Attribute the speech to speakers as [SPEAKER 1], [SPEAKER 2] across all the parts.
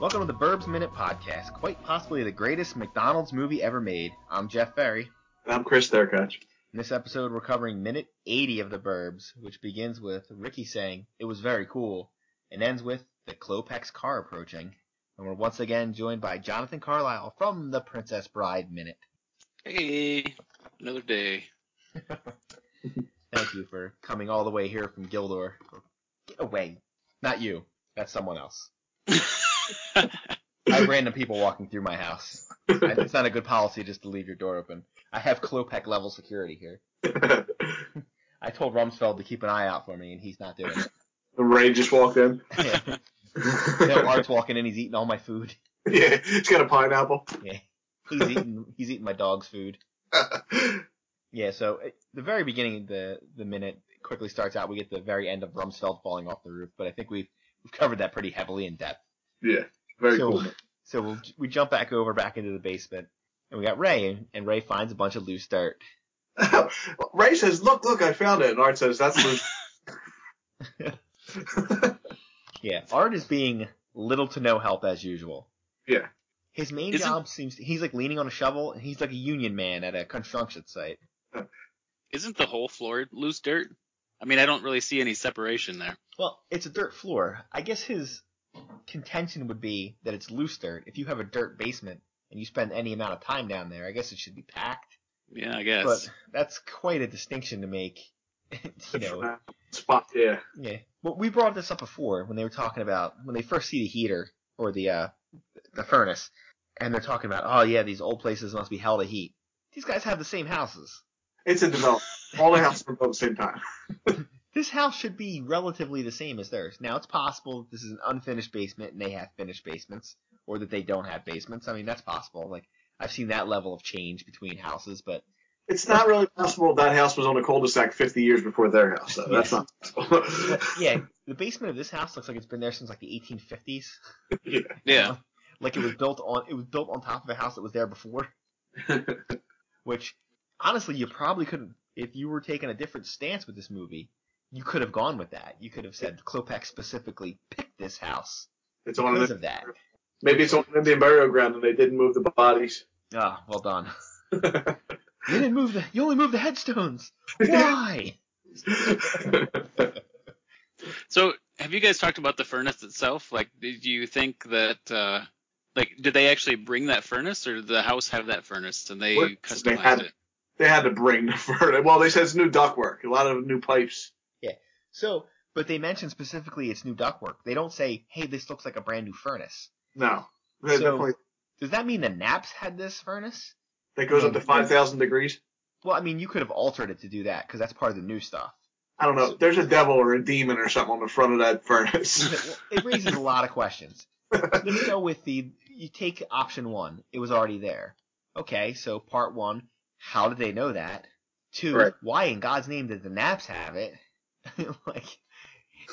[SPEAKER 1] Welcome to the Burbs Minute Podcast, quite possibly the greatest McDonald's movie ever made. I'm Jeff Ferry.
[SPEAKER 2] And I'm Chris Therkach.
[SPEAKER 1] In this episode, we're covering minute 80 of The Burbs, which begins with Ricky saying, It was very cool, and ends with the Klopex car approaching. And we're once again joined by Jonathan Carlisle from The Princess Bride Minute.
[SPEAKER 3] Hey, another day.
[SPEAKER 1] Thank you for coming all the way here from Gildor. Get away. Not you. That's someone else. I have random people walking through my house. It's not a good policy just to leave your door open. I have Klopek level security here.
[SPEAKER 2] the
[SPEAKER 1] I told Rumsfeld to keep an eye out for me, and he's not doing it.
[SPEAKER 2] rain just walked in.
[SPEAKER 1] Yeah. no,
[SPEAKER 2] yeah,
[SPEAKER 1] Art's walking in, he's eating all my food.
[SPEAKER 2] it's got a pineapple.
[SPEAKER 1] Yeah. He's eating, he's eating my dog's food. Yeah, so at the very beginning, the the minute quickly starts out. We get the very end of Rumsfeld falling off the roof, but I think we've we've covered that pretty heavily in depth.
[SPEAKER 2] yeah, very
[SPEAKER 1] so,
[SPEAKER 2] cool.
[SPEAKER 1] So we'll, we jump back over back into the basement, and we got Ray, and, and Ray finds a bunch of loose dirt.
[SPEAKER 2] Ray says, "Look, look, I found it," and Art says, "That's loose."
[SPEAKER 1] Yeah, Art is being little to no help as usual.
[SPEAKER 2] Yeah.
[SPEAKER 1] His main
[SPEAKER 3] Isn't-
[SPEAKER 1] job seems he's like leaning on a shovel, and he's like a union man at a construction site.
[SPEAKER 3] Isn't the whole floor loose dirt? I mean, I don't really see any separation there.
[SPEAKER 1] Well, it's a dirt floor. I guess his contention would be that it's loose dirt. If you have a dirt basement and you spend any amount of time down there, I guess it should be packed.
[SPEAKER 3] Yeah, I guess.
[SPEAKER 1] But that's quite a distinction to make. you know,
[SPEAKER 2] Spot, yeah,
[SPEAKER 1] yeah. But we brought this up before when they were talking about when they first see the heater or the uh the furnace, and they're talking about oh yeah these old places must be hell to heat. These guys have the same houses.
[SPEAKER 2] it's in development. All the houses are built at the same time.
[SPEAKER 1] This house should be relatively the same as theirs. Now, it's possible that this is an unfinished basement and they have finished basements, or that they don't have basements. I mean, that's possible. Like, I've seen that level of change between houses, but
[SPEAKER 2] It's not really possible that house was on a cul-de-sac 50 years before their house, so that's not possible.
[SPEAKER 1] but, yeah, the basement of this house looks like it's been there since like the 1850s.
[SPEAKER 2] yeah.
[SPEAKER 3] yeah.
[SPEAKER 1] Like it was built on it was built on top of a house that was there before. Which, honestly, you probably couldn't. If you were taking a different stance with this movie, you could have gone with that. You could have said Klopak specifically picked this house
[SPEAKER 2] It's on
[SPEAKER 1] because
[SPEAKER 2] an,
[SPEAKER 1] of that.
[SPEAKER 2] maybe it's on an Indian burial ground and they didn't move the bodies.
[SPEAKER 1] Ah, well done. You didn't move the. You only moved the headstones. Why?
[SPEAKER 3] So, have you guys talked about the furnace itself? Like, did you think that, uh, like, did they actually bring that furnace, or did the house have that furnace and they
[SPEAKER 2] What?
[SPEAKER 3] customized
[SPEAKER 2] They had-
[SPEAKER 3] it?
[SPEAKER 2] they had to bring the furnace. Well, they said it's new ductwork, a lot of new pipes.
[SPEAKER 1] so, but they mention specifically it's new ductwork. They don't say, "Hey, this looks like a brand new furnace."
[SPEAKER 2] No, They
[SPEAKER 1] So-
[SPEAKER 2] definitely
[SPEAKER 1] Does that mean the Naps had this furnace?
[SPEAKER 2] that goes
[SPEAKER 1] hmm,
[SPEAKER 2] up to five thousand degrees.
[SPEAKER 1] Well, I mean, you could have altered it to do that because that's part of the new stuff.
[SPEAKER 2] I don't know. There's a devil or a demon or something on the front of that furnace.
[SPEAKER 1] It it raises a lot of questions. Let's go with the. You take option one. It was already there. Okay, so part one. How did they know that? Two.
[SPEAKER 2] Right.
[SPEAKER 1] Why in God's name did the Naps have it? like,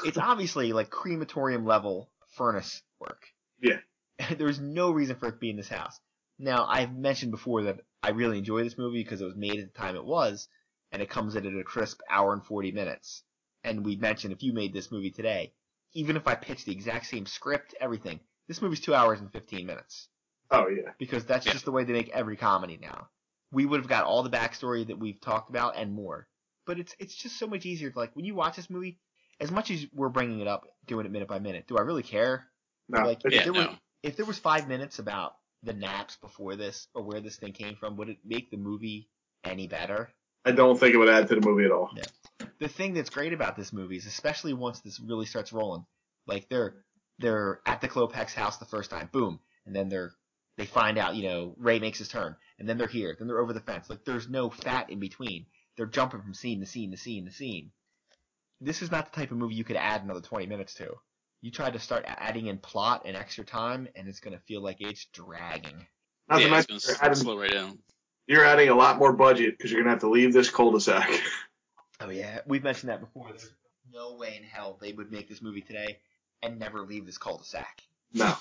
[SPEAKER 1] it's obviously like crematorium level furnace work.
[SPEAKER 2] Yeah.
[SPEAKER 1] There was no reason for it to be in this house. Now I've mentioned before that I really enjoy this movie because it was made at the time it was, and it comes in at a crisp hour and forty minutes. And we mentioned if you made this movie today, even if I pitched the exact same script, everything, this movie's two hours and fifteen minutes
[SPEAKER 2] oh yeah,
[SPEAKER 1] because that's
[SPEAKER 3] Yeah.
[SPEAKER 1] just the way they make every comedy now. We would have got all the backstory that we've talked about and more. But it's it's just so much easier. To, like when you watch this movie, as much as we're bringing it up, doing it minute by minute, do I really care?
[SPEAKER 2] no,
[SPEAKER 1] Like,
[SPEAKER 2] it's-
[SPEAKER 3] Yeah,
[SPEAKER 1] there
[SPEAKER 3] no.
[SPEAKER 1] were- If there was five minutes about the naps before this or where this thing came from, would it make the movie any better?
[SPEAKER 2] I don't think it would add to the movie at all.
[SPEAKER 1] the thing that's great about this movie is especially once this really starts rolling, like they're they're at the Klopek's house the first time, boom, and then they're they find out, you know, Ray makes his turn, and then they're here, then they're over the fence. Like there's no fat in between. They're jumping from scene to scene to scene to scene. This is not the type of movie you could add another 20 minutes to. You try to start adding in plot and extra time, and it's gonna feel like it's dragging.
[SPEAKER 2] Not
[SPEAKER 3] yeah,
[SPEAKER 2] to mention,
[SPEAKER 3] it's
[SPEAKER 2] you're
[SPEAKER 3] going to
[SPEAKER 2] adding,
[SPEAKER 3] slow right down.
[SPEAKER 2] you're adding a lot more budget because you're gonna have to leave this cul-de-sac.
[SPEAKER 1] Oh yeah, we've mentioned that before. There's no way in hell they would make this movie today and never leave this cul-de-sac.
[SPEAKER 2] no,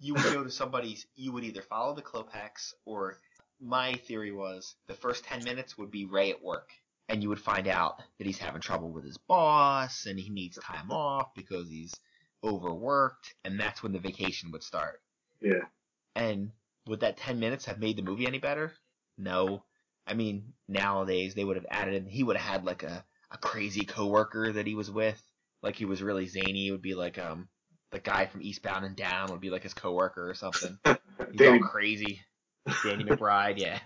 [SPEAKER 1] you would go to somebody's you would either follow the Klopex or my theory was the first 10 minutes would be Ray at work and you would find out that he's having trouble with his boss and he needs time off because he's overworked, and that's when the vacation would start.
[SPEAKER 2] Yeah.
[SPEAKER 1] And would that 10 minutes have made the movie any better? No. I mean, nowadays they would have added in, he would have had like a, a crazy coworker that he was with. Like he was really zany. It would be like, um, the guy from Eastbound and Down would be like his coworker or something. He's all
[SPEAKER 2] Danny-
[SPEAKER 1] crazy. Danny McBride, yeah.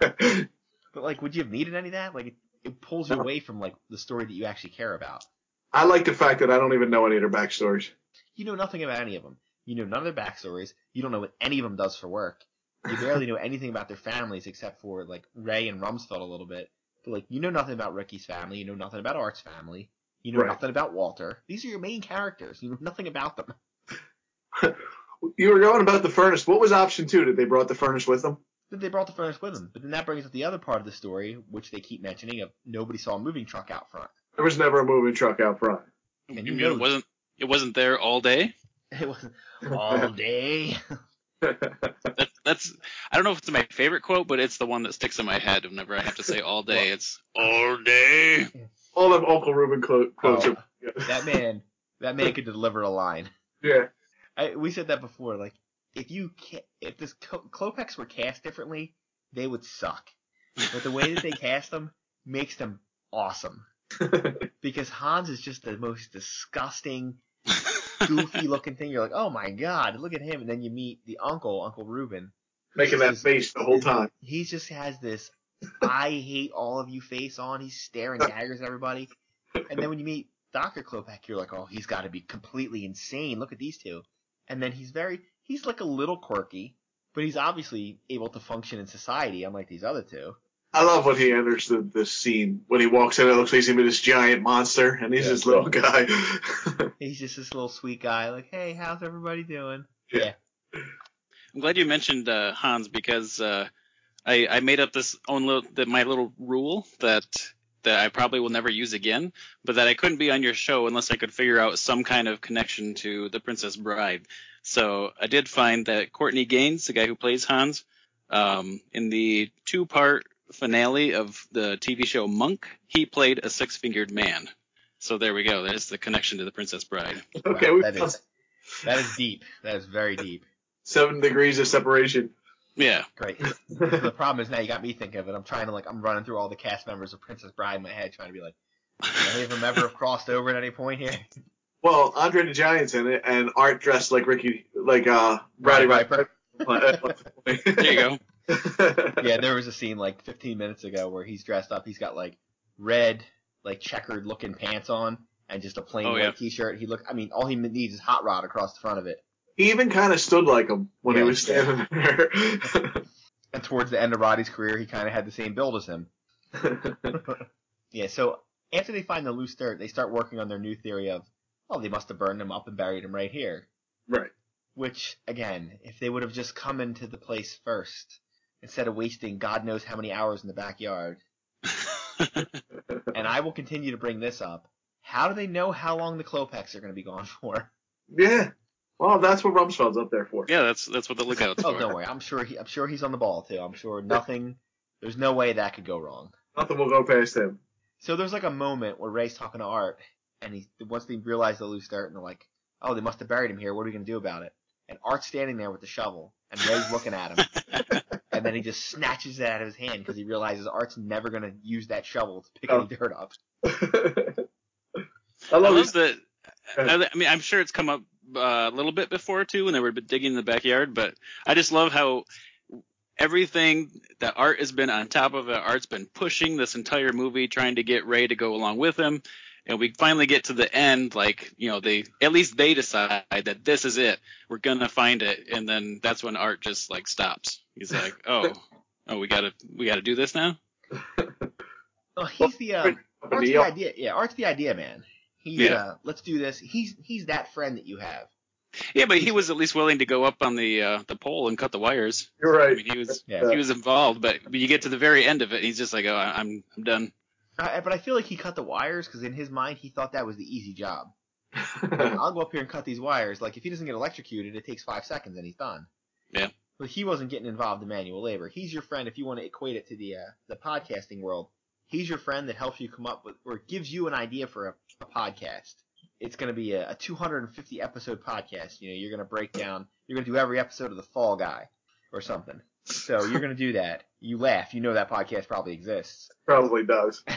[SPEAKER 1] But like, would you have needed any of that? Like, it, it pulls you
[SPEAKER 2] No.
[SPEAKER 1] away from like the story that you actually care about.
[SPEAKER 2] I like the fact that I don't even know any of their backstories.
[SPEAKER 1] You know nothing about any of them. You know none of their backstories. You don't know what any of them does for work. You barely know anything about their families except for like Ray and Rumsfeld a little bit. But like, you know nothing about Ricky's family. You know nothing about Art's family. You know
[SPEAKER 2] Right.
[SPEAKER 1] nothing about Walter. These are your main characters. You know nothing about them.
[SPEAKER 2] You were going about the furnace. What was option two? Did they brought the furnace with them?
[SPEAKER 1] that they brought the furnace with them. But then that brings up the other part of the story, which they keep mentioning of nobody saw a moving truck out front.
[SPEAKER 2] There was never a moving truck out front.
[SPEAKER 1] And you
[SPEAKER 3] you mean
[SPEAKER 1] know-
[SPEAKER 3] it wasn't it wasn't there all day?
[SPEAKER 1] It was all day.
[SPEAKER 3] That, that's I don't know if it's my favorite quote, but it's the one that sticks in my head whenever I have to say all day. It's all day.
[SPEAKER 2] All them Uncle Reuben clo- quotes.
[SPEAKER 1] Oh.
[SPEAKER 2] Are, yeah.
[SPEAKER 1] That man, that man could deliver a line.
[SPEAKER 2] yeah.
[SPEAKER 1] I, we said that before. Like, if you ca- if this Co- Klopex were cast differently, they would suck. But the way that they cast them makes them awesome. because Hans is just the most disgusting, goofy looking thing. You're like, oh my god, look at him. And then you meet the uncle, Uncle Reuben,
[SPEAKER 2] Making that face the whole time.
[SPEAKER 1] he just has this I hate all of you face on. He's staring daggers at everybody. And then when you meet Dr. Klopek, you're like, oh, he's got to be completely insane. Look at these two. And then he's very, he's like a little quirky, but he's obviously able to function in society, unlike these other two.
[SPEAKER 2] I love when he enters the, the scene. When he walks in, it looks like he's going to be this giant monster, and he's
[SPEAKER 1] Yeah.
[SPEAKER 2] this little guy.
[SPEAKER 1] He's just this little sweet guy, like, hey, how's everybody doing?
[SPEAKER 3] I'm glad you mentioned uh, Hans because uh, I, I made up this own little that my little rule that that I probably will never use again, but that I couldn't be on your show unless I could figure out some kind of connection to the Princess Bride. So I did find that Courtney Gaines, the guy who plays Hans, um, in the two-part finale of the TV show Monk, he played a six-fingered man. So there we go. There's the connection to the Princess Bride.
[SPEAKER 2] okay,
[SPEAKER 1] Wow,
[SPEAKER 2] we
[SPEAKER 1] that
[SPEAKER 2] found
[SPEAKER 1] is, that is deep. That is very deep.
[SPEAKER 2] seven degrees of separation.
[SPEAKER 3] Yeah.
[SPEAKER 1] Great. the problem is now you got me thinking of it. I'm trying to like, I'm running through all the cast members of Princess Bride in my head, trying to be like, any of them ever have crossed over at any point here?
[SPEAKER 2] Well, Andre the Giant's in it, and Art dressed like Ricky, like uh, Rowdy Viper.
[SPEAKER 3] There you go.
[SPEAKER 1] yeah, there was a scene like 15 minutes ago where he's dressed up. He's got like red, like checkered looking pants on and just a plain
[SPEAKER 3] Oh,
[SPEAKER 1] white
[SPEAKER 3] yeah.
[SPEAKER 1] t-shirt. He look, I mean, all he needs is hot rod across the front of it.
[SPEAKER 2] He even kind of stood like him when
[SPEAKER 1] Yeah.
[SPEAKER 2] he was standing there.
[SPEAKER 1] And towards the end of Roddy's career, he kind of had the same build as him. Yeah, so after they find the loose dirt, they start working on their new theory of, oh, they must have burned him up and buried him right here.
[SPEAKER 2] right.
[SPEAKER 1] Which, again, if they would have just come into the place first, instead of wasting God knows how many hours in the backyard, and I will continue to bring this up. How do they know how long the Klopex are going to be gone for?
[SPEAKER 2] Yeah. Well, that's what Rumsfeld's up there for.
[SPEAKER 3] yeah, that's that's what the lookout's
[SPEAKER 1] Oh,
[SPEAKER 3] for.
[SPEAKER 1] don't worry. I'm sure he, I'm sure he's on the ball too. I'm sure nothing. There's no way that could go wrong.
[SPEAKER 2] Nothing will go past him.
[SPEAKER 1] So there's like a moment where Ray's talking to Art, and he once they realize the loose dirt, and they're like, "Oh, they must have buried him here. What are we going to do about it?" And Art's standing there with the shovel, and Ray's looking at him, and then he just snatches it out of his hand because he realizes Art's never going to use that shovel to pick
[SPEAKER 2] Oh.
[SPEAKER 1] any dirt up.
[SPEAKER 2] I
[SPEAKER 3] I
[SPEAKER 2] love
[SPEAKER 3] love
[SPEAKER 2] this.
[SPEAKER 3] that.
[SPEAKER 2] Go
[SPEAKER 3] I I mean, I'm sure it's come up uh, a little bit before too when they were digging in the backyard, but I just love how everything that Art has been on top of it. Art's been pushing this entire movie, trying to get Ray to go along with him, and we finally get to the end. Like, you know, they at least they decide that this is it. We're gonna find it, and then that's when Art just like stops. He's like, oh, oh, we gotta we gotta do this now.
[SPEAKER 1] Oh, he's the uh,
[SPEAKER 2] Up in
[SPEAKER 1] Art's
[SPEAKER 2] the
[SPEAKER 1] the
[SPEAKER 2] yelp.
[SPEAKER 1] idea. Yeah, Art's the idea man. He's
[SPEAKER 3] Yeah.
[SPEAKER 1] uh, let's do this. He's he's that friend that you have.
[SPEAKER 3] Yeah, but he was at least willing to go up on the uh, the pole and cut the wires.
[SPEAKER 2] You're
[SPEAKER 3] I
[SPEAKER 2] right.
[SPEAKER 3] mean, he was
[SPEAKER 1] Yeah.
[SPEAKER 3] he was involved, but when you get to the very end of it, he's just like, "Oh, I- I'm I'm done."
[SPEAKER 1] I, I- but I feel like he cut the wires because in his mind he thought that was the easy job. I'll go up here and cut these wires. Like if he doesn't get electrocuted, it takes five seconds and he's done.
[SPEAKER 3] Yeah.
[SPEAKER 1] But he wasn't getting involved in manual labor. He's your friend if you want to equate it to the uh, the podcasting world. He's your friend that helps you come up with or gives you an idea for a, a podcast. it's going to be a, a 250 episode podcast. You know, you're going to break down, you're going to do every episode of The Fall Guy or something. So you're going to do that. You laugh. You know that podcast probably exists.
[SPEAKER 2] Probably does.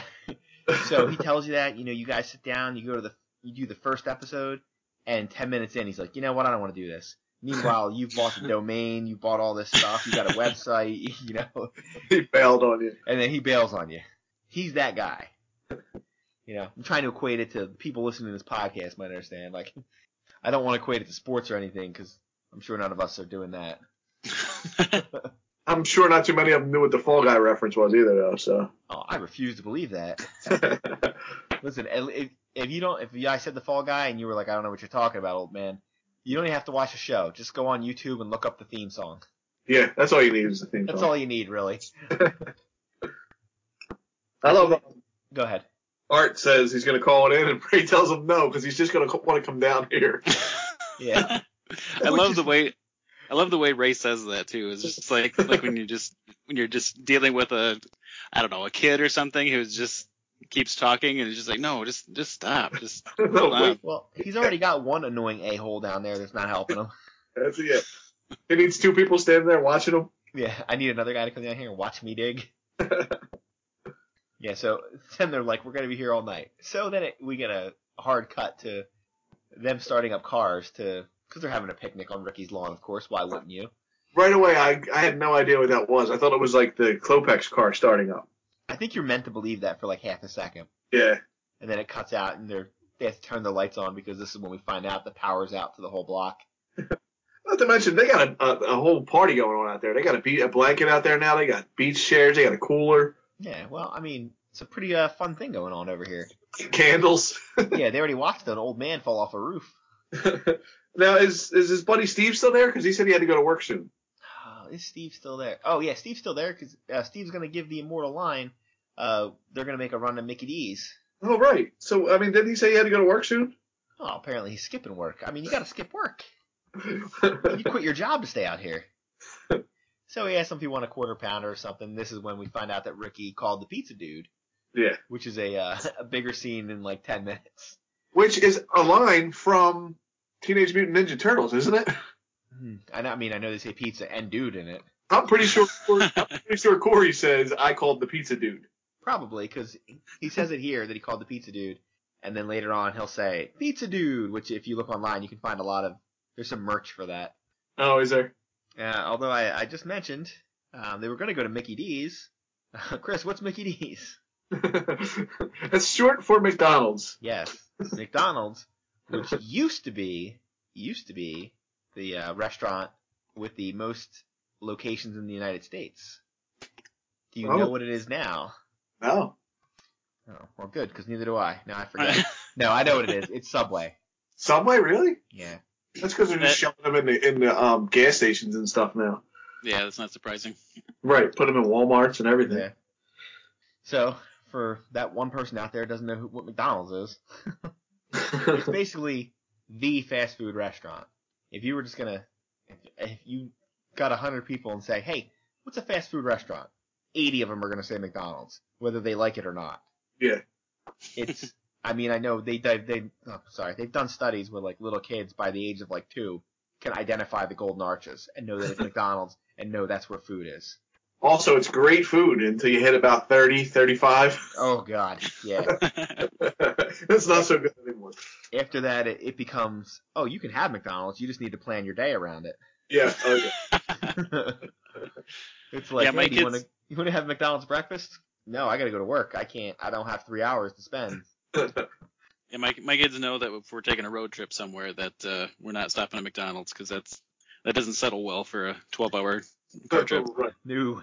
[SPEAKER 1] So he tells you that. You know, you guys sit down. You go to the, you do the first episode, and 10 minutes in, he's like, you know what? I don't want to do this. Meanwhile, you've bought the domain, you bought all this stuff, you got a website, you know,
[SPEAKER 2] he bailed on you.
[SPEAKER 1] and then he bails on you. He's that guy. You know, I'm trying to equate it to people listening to this podcast might understand. Like, I don't want to equate it to sports or anything because I'm sure none of us are doing that.
[SPEAKER 2] I'm sure not too many of them knew what the Fall Guy reference was either, though. So
[SPEAKER 1] Oh, I refuse to believe that. Listen, if, if you don't, if I said the Fall Guy and you were like, I don't know what you're talking about, old man, you don't even have to watch the show. Just go on YouTube and look up the theme song.
[SPEAKER 2] yeah, that's all you need is the theme
[SPEAKER 1] That's
[SPEAKER 2] song.
[SPEAKER 1] all you need, really.
[SPEAKER 2] I love how
[SPEAKER 1] Go ahead.
[SPEAKER 2] Art says he's going to call it in, and Bray tells him no because he's just going to want to come down here.
[SPEAKER 1] Yeah.
[SPEAKER 3] I love the way I love the way Ray says that too. It's just like like when you just when you're just dealing with a I don't know a kid or something who's just keeps talking and it's just like no just just stop just
[SPEAKER 2] no,
[SPEAKER 3] Wow.
[SPEAKER 2] wait,
[SPEAKER 1] Well, he's already got one annoying a hole down there that's not helping him.
[SPEAKER 2] that's it. He needs two people standing there watching him.
[SPEAKER 1] Yeah, I need another guy to come down here and watch me dig. yeah, so then they're like, we're gonna be here all night. So then it, we get a hard cut to them starting up cars to because they're having a picnic on Ricky's lawn, of course. Why wouldn't you?
[SPEAKER 2] Right away, I I had no idea what that was. I thought it was like the Klopex car starting up.
[SPEAKER 1] I think you're meant to believe that for like half a second,
[SPEAKER 2] Yeah,
[SPEAKER 1] and then it cuts out, and they're they have to turn the lights on because this is when we find out the power's out to the whole block.
[SPEAKER 2] Not to mention they got a, a, a whole party going on out there. They got a, be- a blanket out there now. They got beach chairs. They got a cooler,
[SPEAKER 1] Yeah, well, I mean, it's a pretty uh, fun thing going on over here.
[SPEAKER 2] candles.
[SPEAKER 1] yeah, they already watched an old man fall off a roof.
[SPEAKER 2] now is is his buddy Steve still there? Because he said he had to go to work soon.
[SPEAKER 1] Oh, is Steve still there? Oh yeah, Steve's still there because uh, Steve's gonna give the immortal line. Uh, they're gonna make a run to Mickey D's.
[SPEAKER 2] Oh right. So I mean, didn't he say he had to go to work soon?
[SPEAKER 1] Oh, apparently he's skipping work. I mean, you gotta skip work. You quit your job to stay out here. So he asks him if he want a quarter pounder or something. This is when we find out that Ricky called the pizza dude,
[SPEAKER 2] yeah.
[SPEAKER 1] which is a uh, a bigger scene in like ten minutes.
[SPEAKER 2] Which is a line from Teenage Mutant Ninja Turtles, isn't it?
[SPEAKER 1] Hmm. I know- I mean, I know they say pizza and dude in it,
[SPEAKER 2] I'm pretty sure. I'm pretty sure Corey says I called the pizza dude.
[SPEAKER 1] probably because he says it here that he called the pizza dude, and then later on he'll say pizza dude, which if you look online you can find a lot of there's some merch for that.
[SPEAKER 2] Oh, is there?
[SPEAKER 1] Uh, although I, I just mentioned um, they were going to go to Mickey D's. Chris, what's Mickey D's?
[SPEAKER 2] That's short for McDonald's.
[SPEAKER 1] Yes, McDonald's, which used to be used to be the uh, restaurant with the most locations in the United States. Do you know
[SPEAKER 2] Oh.
[SPEAKER 1] what it is now?
[SPEAKER 2] No.
[SPEAKER 1] Oh, well, good, because neither do I. Now I forget. no, I know what it is. It's Subway.
[SPEAKER 2] Subway, really?
[SPEAKER 1] Yeah.
[SPEAKER 2] That's because they're just shoving them in the in the um, gas stations and stuff now.
[SPEAKER 3] yeah that's not surprising
[SPEAKER 2] Right, put them in WalMarts and everything.
[SPEAKER 1] Yeah. So for that one person out there who doesn't know who, what McDonald's is, it's basically the fast food restaurant. If you were just gonna, if, if you got a hundred people and say, "Hey, what's a fast food restaurant?" Eighty of them are gonna say McDonald's, whether they like it or not.
[SPEAKER 2] Yeah.
[SPEAKER 1] It's. I mean, I know they they, they oh, sorry they've done studies where like little kids by the age of like two can identify the golden arches and know that it's McDonald's and know that's where food is.
[SPEAKER 2] also, it's great food until you hit about 30, 35.
[SPEAKER 1] Oh God, yeah.
[SPEAKER 2] it's not so good anymore.
[SPEAKER 1] After that, it, it becomes oh you can have McDonald's, you just need to plan your day around it.
[SPEAKER 2] Yeah. Oh, yeah.
[SPEAKER 1] it's like,
[SPEAKER 3] Yeah, my
[SPEAKER 1] hey, do you
[SPEAKER 3] kids-
[SPEAKER 1] want to you want to have McDonald's breakfast? No, I gotta go to work. I can't. I don't have three hours to spend.
[SPEAKER 3] yeah my my kids know that if we're taking a road trip somewhere that uh, we're not stopping at McDonald's because that's that doesn't settle well for a 12 hour car trip
[SPEAKER 2] Right.
[SPEAKER 1] No.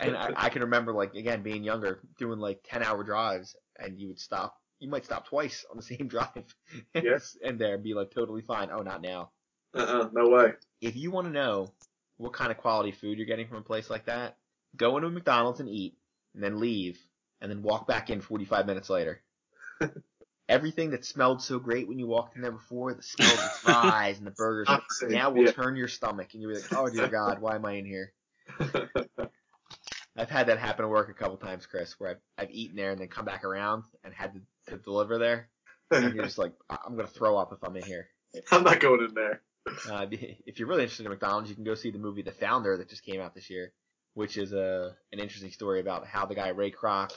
[SPEAKER 1] And I, I can remember, like again, being younger, doing like ten hour drives, and you would stop. You might stop twice on the same drive.
[SPEAKER 2] Yes.
[SPEAKER 1] and there, and be like totally fine. Oh, not now.
[SPEAKER 2] Uh-uh, no way.
[SPEAKER 1] If you want to know what kind of quality food you're getting from a place like that, go into a McDonald's and eat, and then leave, and then walk back in 45 minutes later. Everything that smelled so great when you walked in there before, the smell of the fries and the burgers,
[SPEAKER 2] Not safe.
[SPEAKER 1] now will
[SPEAKER 2] Yeah.
[SPEAKER 1] turn your stomach, and you'll be like, oh dear God, why am I in here? I've had that happen at work a couple times, Chris, where I've, I've eaten there and then come back around and had to, to deliver there. And you're just like, I- I'm gonna throw up if I'm in here.
[SPEAKER 2] I'm not going in there.
[SPEAKER 1] Uh, if you're really interested in McDonald's, you can go see the movie The Founder that just came out this year, which is a an interesting story about how the guy Ray Kroc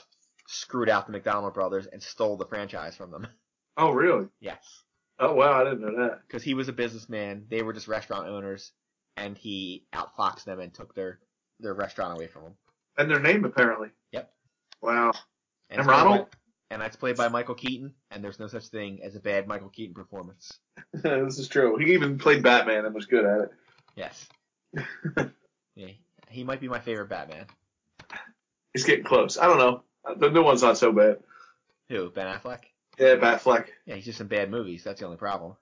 [SPEAKER 1] screwed out the McDonald brothers and stole the franchise from them.
[SPEAKER 2] Oh, really?
[SPEAKER 1] yes,
[SPEAKER 2] Oh, wow. I didn't know that.
[SPEAKER 1] because he was a businessman, they were just restaurant owners, and he outfoxed them and took their their restaurant away from them.
[SPEAKER 2] And their name, apparently.
[SPEAKER 1] Yep.
[SPEAKER 2] Wow. And
[SPEAKER 1] it's played
[SPEAKER 2] Ronald?
[SPEAKER 1] by- and that's played by Michael Keaton, and there's no such thing as a bad Michael Keaton performance.
[SPEAKER 2] this is true. He even played Batman and was good at it.
[SPEAKER 1] Yes. yeah, he might be my favorite Batman.
[SPEAKER 2] He's getting close. I don't know. The new one's not so bad.
[SPEAKER 1] Who? Ben Affleck?
[SPEAKER 2] Yeah, Batfleck.
[SPEAKER 1] Yeah, he's just in bad movies. That's the only problem.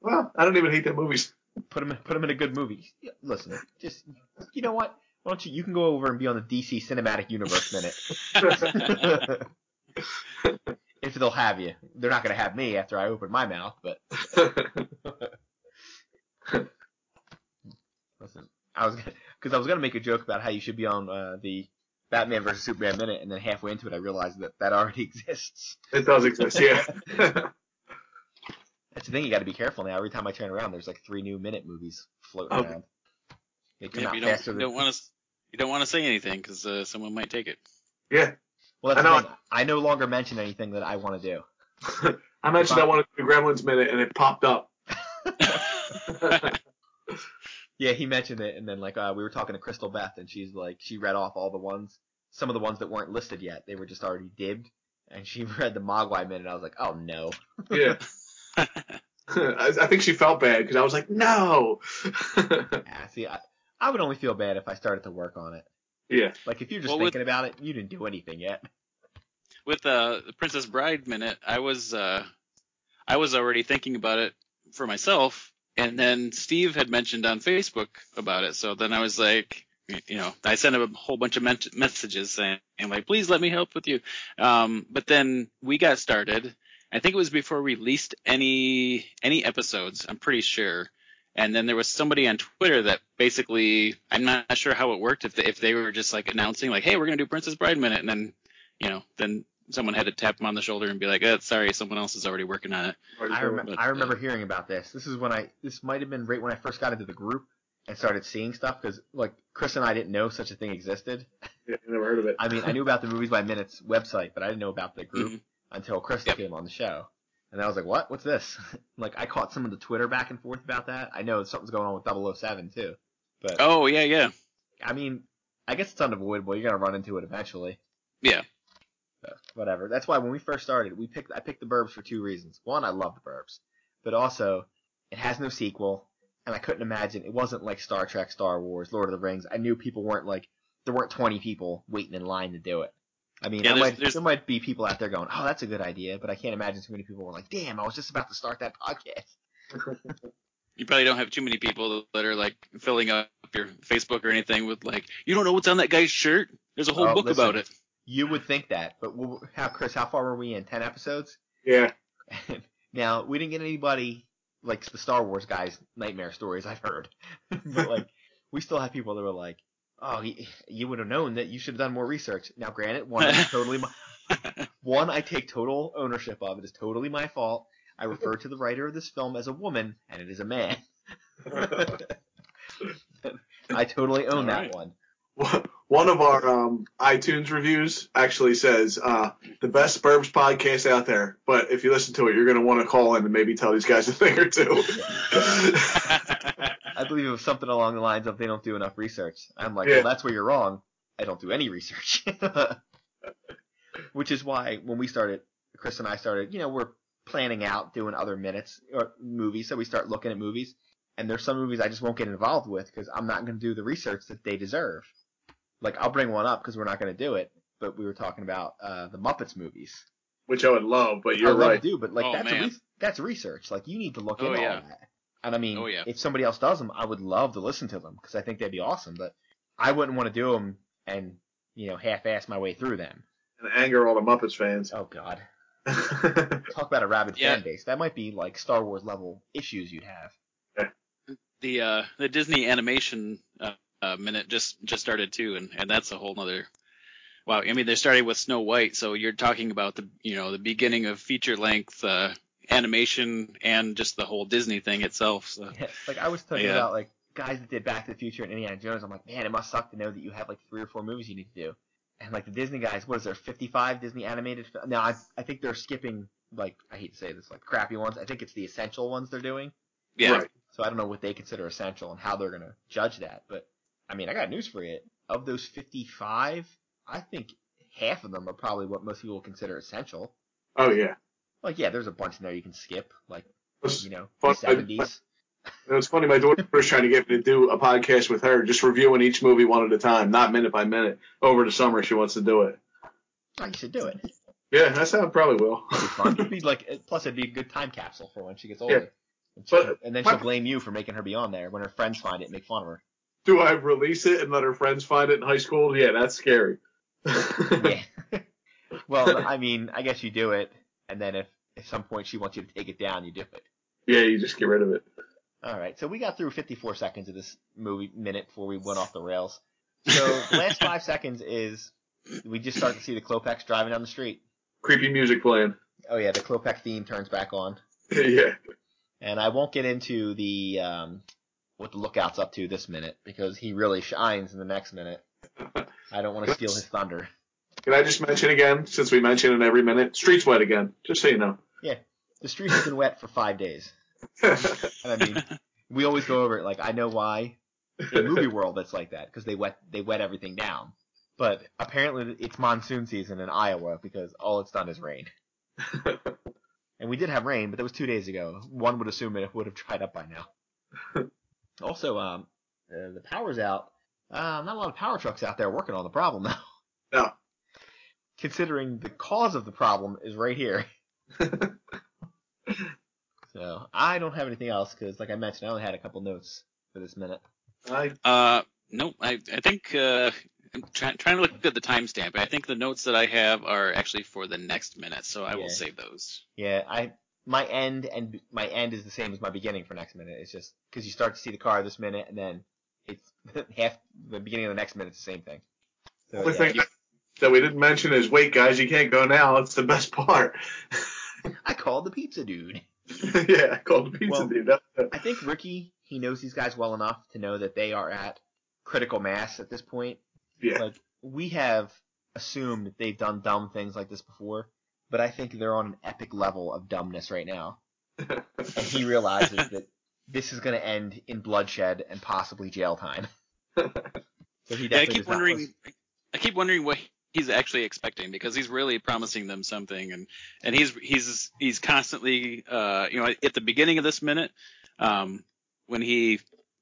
[SPEAKER 2] Well, I don't even hate that movies.
[SPEAKER 1] Put him, put him in a good movie. Yeah, Listen, just you know what? Why don't you? You can go over and be on the DC Cinematic Universe minute. if they'll have you, they're not gonna have me after I open my mouth. But listen, I was because I was gonna make a joke about how you should be on uh, the Batman versus Superman minute, and then halfway into it, I realized that that already exists.
[SPEAKER 2] it does exist, yeah.
[SPEAKER 1] That's the thing. You got to be careful now. Every time I turn around, there's like three new minute movies floating
[SPEAKER 2] Oh.
[SPEAKER 1] around. They come
[SPEAKER 3] Yeah,
[SPEAKER 1] out
[SPEAKER 3] but you
[SPEAKER 1] faster
[SPEAKER 3] don't,
[SPEAKER 1] than
[SPEAKER 3] you don't want to you don't want to say anything because uh, someone might take it.
[SPEAKER 2] yeah.
[SPEAKER 1] Well, that's
[SPEAKER 2] I
[SPEAKER 1] I,
[SPEAKER 2] know-
[SPEAKER 1] the thing. I no longer mention anything that I want to do.
[SPEAKER 2] I mentioned I wanted to do Gremlins Minute and it popped up.
[SPEAKER 1] Yeah, he mentioned it, and then like uh, we were talking to Crystal Beth, and she's like, she read off all the ones, some of the ones that weren't listed yet. They were just already dibbed, and she read the Mogwai minute. I was like, oh no.
[SPEAKER 2] Yeah. I, I think she felt bad because I was like, no.
[SPEAKER 1] Ah, see, I, I would only feel bad if I started to work on it.
[SPEAKER 2] yeah.
[SPEAKER 1] Like if you're just
[SPEAKER 3] Well, with-
[SPEAKER 1] thinking about it, you didn't do anything yet.
[SPEAKER 3] With uh, the Princess Bride minute, I was uh, I was already thinking about it for myself, and then Steve had mentioned on Facebook about it. So then I was like, you know, I sent him a whole bunch of men- messages saying, "I'm like, please let me help with you." Um, but then we got started. I think it was before we released any any episodes. I'm pretty sure. And then there was somebody on Twitter that basically, I'm not sure how it worked. If they, if they were just like announcing like, "Hey, we're gonna do Princess Bride Minute," and then, you know, then someone had to tap him on the shoulder and be like, eh, "Sorry, someone else is already working on it."
[SPEAKER 1] I, rem-
[SPEAKER 3] But,
[SPEAKER 1] I
[SPEAKER 3] uh,
[SPEAKER 1] remember hearing about this. This is when I this might have been right when I first got into the group and started seeing stuff because like Chris and I didn't know such a thing existed.
[SPEAKER 2] Yeah, I never heard of it.
[SPEAKER 1] I mean, I knew about the Movies by Minutes website, but I didn't know about the group
[SPEAKER 3] Mhm.
[SPEAKER 1] until Crystal
[SPEAKER 3] Yep.
[SPEAKER 1] came on the show. And I was like, what? What's this? like, I caught some of the Twitter back and forth about that. I know something's going on with 007, too. But,
[SPEAKER 3] Oh yeah, yeah,
[SPEAKER 1] I mean, I guess it's unavoidable. You're going to run into it eventually.
[SPEAKER 3] yeah.
[SPEAKER 1] But whatever. That's why when we first started, we picked I picked the Burbs for two reasons. One, I love the Burbs. But also, it has no sequel, and I couldn't imagine. It wasn't like Star Trek, Star Wars, Lord of the Rings. I knew people weren't like, there weren't 20 people waiting in line to do it. I mean,
[SPEAKER 3] Yeah,
[SPEAKER 1] I
[SPEAKER 3] there's-
[SPEAKER 1] might,
[SPEAKER 3] there's-
[SPEAKER 1] there might be people out there going, oh, that's a good idea, but I can't imagine too many people were like, damn, I was just about to start that podcast.
[SPEAKER 3] You probably don't have too many people that are like filling up your Facebook or anything with like, "You don't know what's on that guy's shirt." There's a whole
[SPEAKER 1] Oh,
[SPEAKER 3] book
[SPEAKER 1] listen.
[SPEAKER 3] about it.
[SPEAKER 1] You would think that, but we'll, how, Chris, how far were we in? 10 episodes?
[SPEAKER 2] Yeah.
[SPEAKER 1] now we didn't get anybody like the Star Wars guys' nightmare stories I've heard, but like we still have people that were like, "Oh, y- you would have known that. You should have done more research." Now, granted, one is totally my, one I take total ownership of. It is totally my fault. I refer to the writer of this film as a woman, and it is a man. I totally own that
[SPEAKER 3] Alright.
[SPEAKER 1] one.
[SPEAKER 2] One of our um, iTunes reviews actually says uh, the best Burbs podcast out there. But if you listen to it, you're going to want to call in and maybe tell these guys a thing or two.
[SPEAKER 1] I believe it was something along the lines of they don't do enough research. I'm like,
[SPEAKER 2] Yeah.
[SPEAKER 1] well, that's where you're wrong. I don't do any research. Which is why when we started, Chris and I started, you know, we're planning out doing other minutes or movies. So we start looking at movies. And there's some movies I just won't get involved with because I'm not going to do the research that they deserve. Like, I'll bring one up because we're not going to do it. But we were talking about uh, the Muppets movies.
[SPEAKER 2] Which I would love, but you're
[SPEAKER 1] I love
[SPEAKER 2] right.
[SPEAKER 1] to do, but like
[SPEAKER 3] Oh,
[SPEAKER 1] that's
[SPEAKER 3] man.
[SPEAKER 1] re- that's research. Like you need to look
[SPEAKER 3] Oh,
[SPEAKER 1] into
[SPEAKER 3] yeah.
[SPEAKER 1] all that. And I mean,
[SPEAKER 3] Oh, yeah.
[SPEAKER 1] if somebody else does them, I would love to listen to them because I think they'd be awesome. But I wouldn't want to do them and you know half-ass my way through them.
[SPEAKER 2] And anger all the Muppets fans.
[SPEAKER 1] Oh God,
[SPEAKER 2] yeah.
[SPEAKER 1] talk about a rabid
[SPEAKER 3] Yeah.
[SPEAKER 1] fan base. That might be like Star Wars level issues you'd have.
[SPEAKER 3] The uh, the Disney animation uh, uh, minute just just started too, and and that's a whole nother. Wow, I mean, they started with Snow White, so you're talking about the you know the beginning of feature length uh, animation and just the whole Disney thing itself. So
[SPEAKER 1] Yeah, like I was talking
[SPEAKER 3] Yeah.
[SPEAKER 1] about like guys that did Back to the Future and Indiana Jones. I'm like, man, it must suck to know that you have like three or four movies you need to do. And like the Disney guys, what is there, 55 Disney animated? Fil- now I I think they're skipping like I hate to say this, like crappy ones. I think it's the essential ones they're doing.
[SPEAKER 3] yeah,
[SPEAKER 2] Right.
[SPEAKER 1] So I don't know what they consider essential and how they're gonna judge that. But I mean, I got news for you. Of those 55, I think half of them are probably what most people consider essential.
[SPEAKER 2] Oh yeah.
[SPEAKER 1] Like yeah, there's a bunch in there you can skip, like
[SPEAKER 2] It's,
[SPEAKER 1] you know, the
[SPEAKER 2] But I-
[SPEAKER 1] 70s.
[SPEAKER 2] it's funny. My daughter was trying to get me to do a podcast with her, just reviewing each movie one at a time, not minute by minute. Over the summer, she wants to do it.
[SPEAKER 1] Oh, you should do it.
[SPEAKER 2] Yeah, that's how I probably will.
[SPEAKER 1] It'd be fun. It'd be like, plus it'd be a good time capsule for when she gets older.
[SPEAKER 2] Yeah.
[SPEAKER 1] And, she-
[SPEAKER 2] But-
[SPEAKER 1] and then
[SPEAKER 2] my-
[SPEAKER 1] she'll blame you for making her be on there when her friends find it and make fun of her.
[SPEAKER 2] do I release it and let her friends find it in high school? Yeah, that's scary.
[SPEAKER 1] Yeah. well, I mean, I guess you do it, and then if at some point she wants you to take it down, you do it.
[SPEAKER 2] Yeah, you just get rid of it.
[SPEAKER 1] All right, so we got through 54 seconds of this movie minute before we went off the rails. So last five seconds is we just start to see the Klopex driving down the street.
[SPEAKER 2] Creepy music playing.
[SPEAKER 1] Oh yeah, the Klopex theme turns back on.
[SPEAKER 2] yeah.
[SPEAKER 1] And I won't get into the um, what the lookout's up to this minute because he really shines in the next minute. I don't want to steal his thunder.
[SPEAKER 2] Can I just mention again, since we mention it every minute, Street's Wet again, just so you know.
[SPEAKER 1] The street has been wet for five days. And I mean, we always go over it. Like I know why in movie world that's like that because they wet they wet everything down. But apparently it's monsoon season in Iowa because all it's done is rain. And we did have rain, but that was two days ago. One would assume it would have dried up by now. also, um, uh, the power's out. Uh, not a lot of power trucks out there working on the problem though.
[SPEAKER 2] No.
[SPEAKER 1] Considering the cause of the problem is right here. so I don't have anything else because, like I mentioned, I only had a couple notes for this minute.
[SPEAKER 2] I,
[SPEAKER 3] Uh, nope. I, I think uh, I'm try, trying to look at the timestamp. I think the notes that I have are actually for the next minute, so I
[SPEAKER 1] Yeah.
[SPEAKER 3] will save those.
[SPEAKER 1] Yeah, I my end and my end is the same as my beginning for next minute. It's just because you start to see the car this minute, and then it's half the beginning of the next minute's the same thing. So,
[SPEAKER 2] only
[SPEAKER 1] yeah.
[SPEAKER 2] thing that we didn't mention is wait, guys, you can't go now. It's the best part.
[SPEAKER 1] I called the pizza dude.
[SPEAKER 2] yeah, I called the pizza
[SPEAKER 1] Well-
[SPEAKER 2] dude. That-
[SPEAKER 1] I think Ricky he knows these guys well enough to know that they are at critical mass at this point.
[SPEAKER 2] yeah.
[SPEAKER 1] Like we have assumed that they've done dumb things like this before, but I think they're on an epic level of dumbness right now. And he realizes that this is going to end in bloodshed and possibly jail time. so he
[SPEAKER 3] Yeah, I
[SPEAKER 1] definitely
[SPEAKER 3] keep
[SPEAKER 1] does not
[SPEAKER 3] wondering.
[SPEAKER 1] listen.
[SPEAKER 3] I keep wondering what he's actually expecting because he's really promising them something, and and he's he's he's constantly uh, you know at the beginning of this minute, um, when he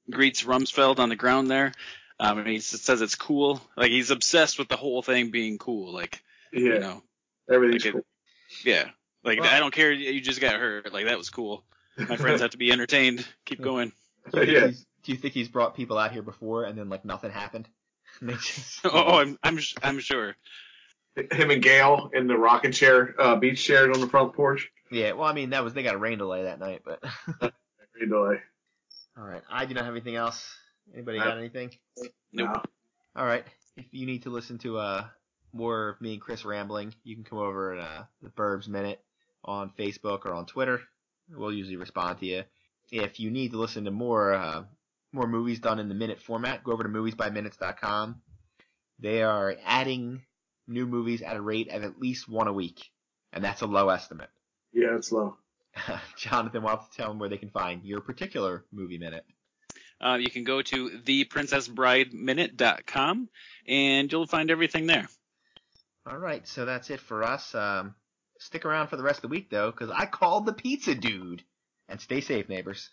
[SPEAKER 3] greets Rumsfeld on the ground there. Um, and he s- says it's cool. Like he's obsessed with the whole thing being cool. Like
[SPEAKER 2] Yeah.
[SPEAKER 3] you know,
[SPEAKER 2] everything's
[SPEAKER 3] like it-
[SPEAKER 2] cool.
[SPEAKER 3] Yeah. Like
[SPEAKER 1] Well-
[SPEAKER 3] I don't care. You just got hurt. Like that was cool. My friends have to be entertained. Keep going.
[SPEAKER 1] Do you, think
[SPEAKER 2] Yeah.
[SPEAKER 1] he's, do you think he's brought people out here before and then like nothing happened? And they just-
[SPEAKER 3] Oh, oh I'm I'm sh- I'm sure.
[SPEAKER 2] Him and Gail in the rocking chair, uh, beach chair on the front porch.
[SPEAKER 1] yeah. Well, I mean that was they got a rain delay that night, but
[SPEAKER 2] Every day.
[SPEAKER 1] all right. I do not have anything else. Anybody
[SPEAKER 2] No.
[SPEAKER 1] got anything?
[SPEAKER 2] No.
[SPEAKER 1] All right. If you need to listen to uh more of me and Chris rambling, you can come over at uh, the Burbs Minute on Facebook or on Twitter. We'll usually respond to you. If you need to listen to more uh, more movies done in the minute format, go over to moviesbyminutes.com. They are adding new movies at a rate of at least one a week, and that's a low estimate.
[SPEAKER 2] Yeah, it's low.
[SPEAKER 1] Jonathan, why don't you tell them where they can find your particular movie minute?
[SPEAKER 3] Uh, you can go to theprincessbrideminute.com and you'll find everything there.
[SPEAKER 1] All right, so that's it for us. Um, stick around for the rest of the week, though, because I called the pizza dude. And stay safe, neighbors.